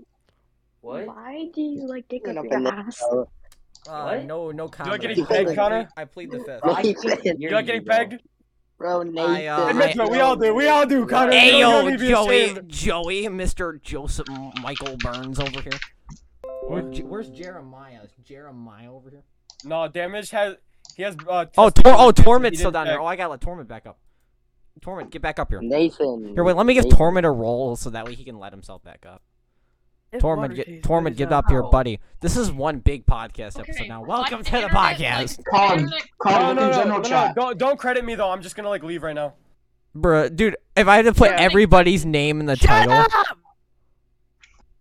Speaker 6: What?
Speaker 7: Why do you like dick
Speaker 5: Looking
Speaker 7: up
Speaker 5: up
Speaker 7: your
Speaker 5: in the-
Speaker 7: ass?
Speaker 5: Oh,
Speaker 1: Uh,
Speaker 6: What?
Speaker 1: no, no comment.
Speaker 6: like
Speaker 5: any peg,
Speaker 1: I plead-
Speaker 6: Connor?
Speaker 1: I plead the fifth.
Speaker 5: Bro,
Speaker 6: I
Speaker 5: Nathan.
Speaker 6: couldn't hear
Speaker 5: You're
Speaker 6: you, bro.
Speaker 5: Bro, Nathan.
Speaker 1: I, uh, Admit to it,
Speaker 6: we all do, we all do, Connor. Hey,
Speaker 1: Hey
Speaker 6: yo,
Speaker 1: yo,
Speaker 6: you need to be
Speaker 1: Joey,
Speaker 6: ashamed.
Speaker 1: Joey, Mr. Joseph Michael Burns over here. Where,
Speaker 6: What?
Speaker 1: Je- where's Jeremiah? Is Jeremiah over here?
Speaker 6: No, damage has. He has. Uh,
Speaker 1: Oh, Tor-
Speaker 6: testicular
Speaker 1: oh,
Speaker 6: cancer. He
Speaker 1: Torment's still
Speaker 6: didn't
Speaker 1: down
Speaker 6: check.
Speaker 1: here. Oh, I gotta let Torment back up. Torment, get back up here.
Speaker 5: Nathan.
Speaker 1: Here, Mm, wait. Let me give
Speaker 5: Nathan.
Speaker 1: Torment a roll so that way he can let himself back up.
Speaker 6: It's
Speaker 1: Torment,
Speaker 6: water
Speaker 1: get,
Speaker 6: taste,
Speaker 1: Torment,
Speaker 6: but
Speaker 1: get
Speaker 6: it's
Speaker 1: up
Speaker 6: not
Speaker 1: here,
Speaker 6: alcohol.
Speaker 1: buddy. This is one big podcast episode now.
Speaker 2: like
Speaker 1: Welcome
Speaker 2: the
Speaker 1: to the
Speaker 2: internet, like,
Speaker 1: podcast,
Speaker 3: Con,
Speaker 2: internet-
Speaker 3: Connor,
Speaker 6: No,
Speaker 3: look
Speaker 6: no,
Speaker 3: in
Speaker 6: no,
Speaker 3: general
Speaker 6: no, no,
Speaker 3: chat.
Speaker 6: don't, don't credit me though. I'm just gonna like leave right now.
Speaker 1: Bruh, Dude, if I had to put
Speaker 2: Yeah.
Speaker 1: everybody's name in the title,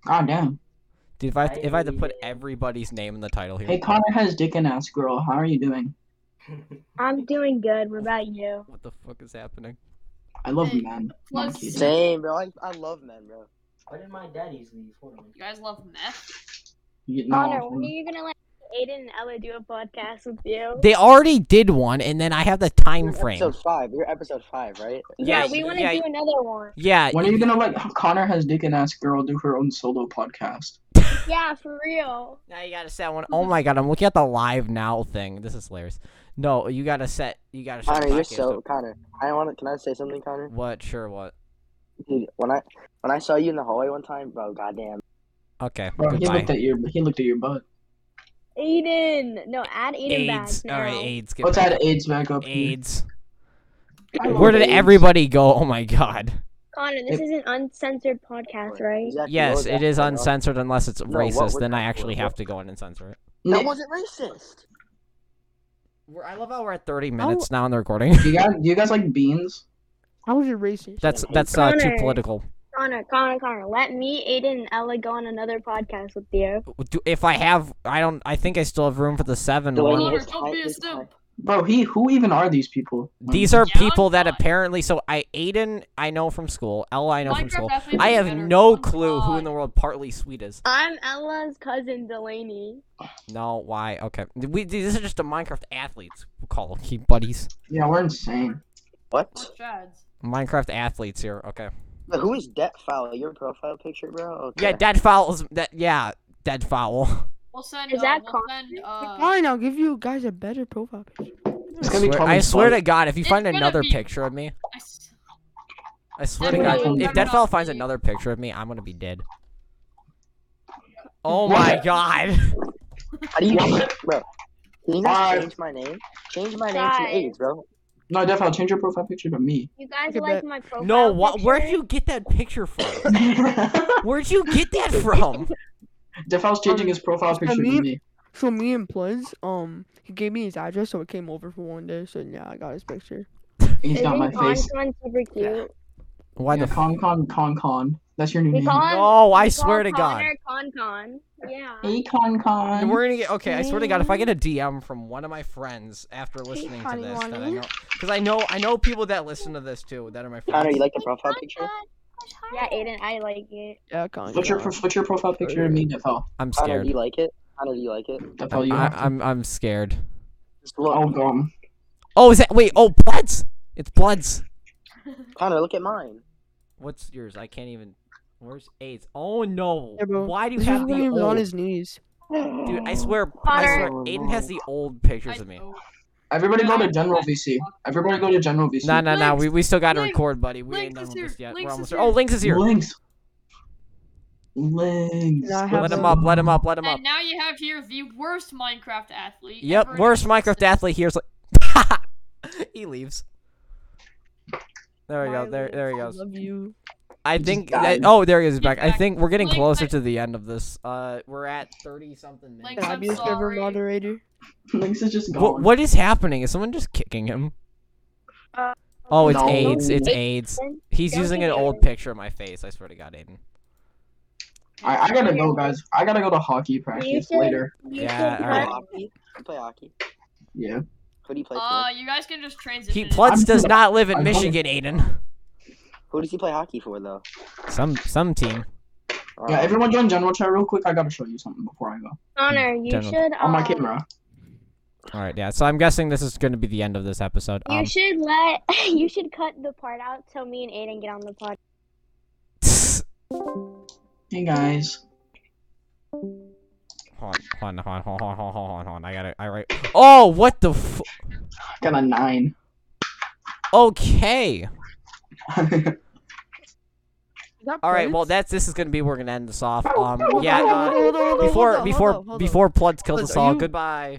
Speaker 3: God damn.
Speaker 1: dude, if I if I had to
Speaker 6: I-
Speaker 1: put everybody's name in the title here,
Speaker 3: Hey, Connor has dick and ass girl. How are you doing?
Speaker 7: I'm doing good. What about you?
Speaker 1: what the fuck is happening?
Speaker 3: I love
Speaker 2: Hey,
Speaker 3: you, man. No, I'm
Speaker 2: plus-
Speaker 3: kidding.
Speaker 5: Same, bro. I, I love men, bro.
Speaker 8: Why did my daddies leave? Hold on.
Speaker 2: You guys love meth.
Speaker 3: You-
Speaker 7: Connor, when are
Speaker 3: no,
Speaker 7: you gonna let Aiden and Ella do a podcast with you?
Speaker 1: They already did one, and then I have the time
Speaker 5: You're
Speaker 1: frame.
Speaker 5: Episode five. You're episode five, right?
Speaker 7: Yeah,
Speaker 1: Yeah,
Speaker 7: we want to
Speaker 1: yeah.
Speaker 7: do another one.
Speaker 1: Yeah,
Speaker 3: when are you gonna let Connor has dick and ass girl do her own solo podcast?
Speaker 7: Yeah, for real.
Speaker 1: Now you gotta set one oh my god, I'm looking at the live now thing. This is hilarious. No, you gotta set. You gotta. Set
Speaker 5: Connor,
Speaker 1: the
Speaker 5: you're
Speaker 1: podcast
Speaker 5: so
Speaker 1: up.
Speaker 5: Connor. I want to. Can I say something, Connor?
Speaker 1: What? Sure. What?
Speaker 5: Dude, when I when I saw you in the hallway one time, bro. Goddamn.
Speaker 1: Okay.
Speaker 3: Bro, he
Speaker 1: goodbye.
Speaker 3: looked at your he looked at your butt.
Speaker 7: Aiden, no, add Aiden
Speaker 1: AIDS.
Speaker 7: back now.
Speaker 1: All right, AIDS. Get
Speaker 3: Let's
Speaker 1: back.
Speaker 3: add AIDS back up. here.
Speaker 1: AIDS.
Speaker 3: I love
Speaker 1: Where did
Speaker 3: AIDS.
Speaker 1: everybody go? Oh my god.
Speaker 7: Connor, this
Speaker 3: It-
Speaker 7: is an uncensored podcast, right?
Speaker 5: Exactly,
Speaker 1: Yes,
Speaker 5: what was
Speaker 1: it is
Speaker 5: that, bro?
Speaker 1: uncensored unless it's
Speaker 5: what
Speaker 1: racist.
Speaker 5: was
Speaker 1: Then I
Speaker 5: that
Speaker 1: actually
Speaker 5: for?
Speaker 1: have to go in and censor it.
Speaker 5: That
Speaker 3: Nick,
Speaker 5: wasn't racist.
Speaker 1: We're, I love how we're at
Speaker 3: Oh.
Speaker 1: 30 minutes now in the recording.
Speaker 3: *laughs* do you guys do you guys like beans?
Speaker 4: How was your racing?
Speaker 1: that's that's uh, too
Speaker 7: Connor.
Speaker 1: political.
Speaker 7: Connor, Connor, Connor, let me, Aiden, and Ella go on another podcast with you.
Speaker 1: Do, if I have, I don't. I think I still have room for the seven
Speaker 5: Do I
Speaker 1: one.
Speaker 2: Connor,
Speaker 5: need- it's
Speaker 2: don't be
Speaker 5: high-
Speaker 2: a
Speaker 5: it's
Speaker 2: simp.
Speaker 3: Bro, he who even are these people?
Speaker 1: These are
Speaker 2: Yeah, I'm
Speaker 1: people that
Speaker 2: fine.
Speaker 1: apparently. So I, Aiden, I know from school. Ella, I know from
Speaker 2: Minecraft
Speaker 1: school.
Speaker 2: athletes
Speaker 1: I
Speaker 2: are
Speaker 1: have
Speaker 2: better.
Speaker 1: no
Speaker 2: Oh my
Speaker 1: clue who in the
Speaker 2: God.
Speaker 1: world Partly Sweet is.
Speaker 7: I'm Ella's cousin, Delaney.
Speaker 1: No, why? Okay, we these are just the Minecraft athletes. We'll call them keep buddies.
Speaker 3: Yeah, we're insane.
Speaker 5: What?
Speaker 2: Or Chads.
Speaker 1: Minecraft athletes here. Okay.
Speaker 5: But who is that foul? Your profile picture, bro. Okay.
Speaker 1: Yeah, dead foul is that. Yeah, dead foul.
Speaker 2: We'll send.
Speaker 7: Is
Speaker 2: uh,
Speaker 7: that
Speaker 2: we'll
Speaker 7: Connor?
Speaker 2: send, uh,
Speaker 4: Fine, I'll give you guys a better profile picture.
Speaker 1: I
Speaker 3: gonna be
Speaker 1: swear,
Speaker 3: Colin's
Speaker 1: I swear
Speaker 3: fault.
Speaker 1: to God, if you
Speaker 2: It's
Speaker 1: find
Speaker 2: gonna
Speaker 1: another
Speaker 2: be-
Speaker 1: picture of me,
Speaker 2: I s-
Speaker 1: I swear to
Speaker 3: It's gonna
Speaker 1: God,
Speaker 3: be-
Speaker 1: if dead foul
Speaker 2: Colin's
Speaker 1: finds
Speaker 2: fault.
Speaker 1: another picture of me, I'm gonna be dead. Oh my
Speaker 3: What?
Speaker 1: God.
Speaker 5: How do you, bro? Can you not
Speaker 3: Five.
Speaker 5: change my name? Change my name to
Speaker 7: Guys.
Speaker 5: AIDS, bro.
Speaker 3: No, definitely I'll change your profile picture to me.
Speaker 7: You guys
Speaker 4: Okay,
Speaker 7: like
Speaker 4: but-
Speaker 7: my profile
Speaker 1: No, what? Where'd
Speaker 7: Oh, picture?
Speaker 1: you get that picture from?
Speaker 3: Defile's
Speaker 1: Where'd you get that from?
Speaker 3: changing his profile
Speaker 4: Just a
Speaker 3: picture to
Speaker 4: meme.
Speaker 3: me.
Speaker 4: So me and Pluz, um, he gave me his address, so it came over for one day. So yeah, I got his picture.
Speaker 3: He's got
Speaker 7: Isn't
Speaker 3: my
Speaker 7: Con
Speaker 3: face. Mm-hmm.
Speaker 7: Con super cute?
Speaker 1: Why
Speaker 3: yeah,
Speaker 1: the? F-
Speaker 3: con con con con. That's your new
Speaker 7: We
Speaker 3: name.
Speaker 7: call him.
Speaker 1: no, I
Speaker 7: we
Speaker 1: swear to
Speaker 7: call
Speaker 1: God.
Speaker 7: Connor Con Con. Yeah.
Speaker 3: Hey con con.
Speaker 1: And we're gonna get okay. I swear to God, if I get a DM from one of my friends after listening to
Speaker 4: honey,
Speaker 1: this, then I
Speaker 4: wanna-
Speaker 1: know because I know I know people that listen to this too that are my
Speaker 5: Connor,
Speaker 1: friends.
Speaker 5: you like the
Speaker 2: Oh
Speaker 5: profile picture?
Speaker 7: Yeah, Aiden, I like it.
Speaker 4: Yeah, Con.
Speaker 3: What's
Speaker 1: Oh
Speaker 3: your
Speaker 4: Con.
Speaker 3: what's your profile picture to me, Defel?
Speaker 1: I'm
Speaker 5: Connor, do
Speaker 1: scared.
Speaker 5: you like it? Connor, do you like it?
Speaker 3: Defel, you
Speaker 1: I,
Speaker 3: have.
Speaker 1: I'm I'm scared.
Speaker 5: Just look.
Speaker 3: Oh god.
Speaker 1: Oh, is that wait? Oh, Bloods. It's Bloods.
Speaker 5: Connor, look at mine.
Speaker 1: What's yours? I can't even. Where's AIDS? Oh no!
Speaker 4: Yeah, bro.
Speaker 1: Why do you
Speaker 4: This is
Speaker 1: have
Speaker 4: when
Speaker 1: the
Speaker 4: he was on
Speaker 1: old?
Speaker 4: his knees.
Speaker 2: Oh,
Speaker 1: Dude, I swear, I
Speaker 7: Connor.
Speaker 1: swear, Aiden has the old pictures of me.
Speaker 2: oh,
Speaker 3: Everybody go to general VC. Everybody go to general VC.
Speaker 1: No, no, no.
Speaker 2: Lynx,
Speaker 1: We we still got to
Speaker 2: Lynx,
Speaker 1: record, buddy. We
Speaker 2: Lynx
Speaker 1: ain't done
Speaker 2: is
Speaker 1: with this
Speaker 2: here,
Speaker 1: yet.
Speaker 2: Lynx
Speaker 1: We're
Speaker 2: is
Speaker 1: almost
Speaker 2: here.
Speaker 1: there. Oh, Lynx is here.
Speaker 3: Links. Links.
Speaker 4: Yeah, I have
Speaker 1: Let
Speaker 4: *laughs*
Speaker 1: him up. Let him up. Let him up.
Speaker 2: And now you have here the worst Minecraft athlete. ever
Speaker 1: Yep.
Speaker 2: in
Speaker 1: Worst Minecraft
Speaker 2: existence.
Speaker 1: athlete here's like. *laughs* he leaves. There we go. There there he goes.
Speaker 4: love you.
Speaker 1: I
Speaker 3: He just
Speaker 1: think.
Speaker 3: died.
Speaker 1: that- oh, there he is
Speaker 2: He's
Speaker 1: back. I
Speaker 2: back.
Speaker 1: think we're getting
Speaker 2: Lynx,
Speaker 1: closer
Speaker 2: I-
Speaker 1: to the end of this. Uh, we're at thirty something minutes.
Speaker 4: Can I
Speaker 2: I'm
Speaker 4: be a server
Speaker 2: sorry.
Speaker 4: moderator?
Speaker 3: Links is just gone.
Speaker 1: What what is happening? Is someone just kicking him?
Speaker 7: Uh,
Speaker 1: Oh, it's
Speaker 3: No.
Speaker 1: AIDS. It's AIDS. He's
Speaker 7: Don't
Speaker 1: using
Speaker 7: do
Speaker 1: an
Speaker 7: that.
Speaker 1: old picture of my face. I swear to God, Aiden.
Speaker 3: I, I gotta go, guys. I gotta go to hockey practice
Speaker 7: should-
Speaker 3: later.
Speaker 7: You
Speaker 1: Yeah,
Speaker 7: should
Speaker 1: alright.
Speaker 7: not-
Speaker 5: Hockey. You play hockey.
Speaker 3: Yeah.
Speaker 5: Who do you play
Speaker 2: Uh,
Speaker 5: for?
Speaker 2: you guys can just transition.
Speaker 1: He
Speaker 2: into-
Speaker 1: Plutz does
Speaker 3: I'm-
Speaker 1: not live in
Speaker 3: I'm-
Speaker 1: Michigan, Aiden.
Speaker 5: Who does he play hockey for though?
Speaker 1: Some some team.
Speaker 3: Yeah,
Speaker 5: Um,
Speaker 3: everyone join general chat real quick. I gotta show you something before I go.
Speaker 7: Connor, you
Speaker 1: General.
Speaker 7: should.
Speaker 3: On my
Speaker 7: um,
Speaker 3: camera.
Speaker 1: All right, yeah. So I'm guessing this is going to be the end of this episode.
Speaker 7: You
Speaker 1: Um,
Speaker 7: should let. *laughs* You should cut the part out so me and Aiden get on the pod.
Speaker 3: Hey guys.
Speaker 1: *laughs* hold on, hold on, hold on, hold on, hold on, hold on. I gotta. I right. Oh, what the? F-
Speaker 3: I got a nine. *laughs*
Speaker 1: okay.
Speaker 4: Is that
Speaker 1: All right. Well,
Speaker 4: Blitz?
Speaker 1: that's this is going to be. We're going to end this off. Um.
Speaker 4: Oh, Hold on,
Speaker 1: Yeah.
Speaker 4: hold on,
Speaker 1: Uh,
Speaker 4: hold on, hold on, hold on, hold
Speaker 1: before
Speaker 4: on,
Speaker 1: before
Speaker 4: hold on, hold on.
Speaker 1: before Plutz kills
Speaker 4: Plutz,
Speaker 1: us
Speaker 4: are
Speaker 1: all.
Speaker 4: you-
Speaker 1: Goodbye.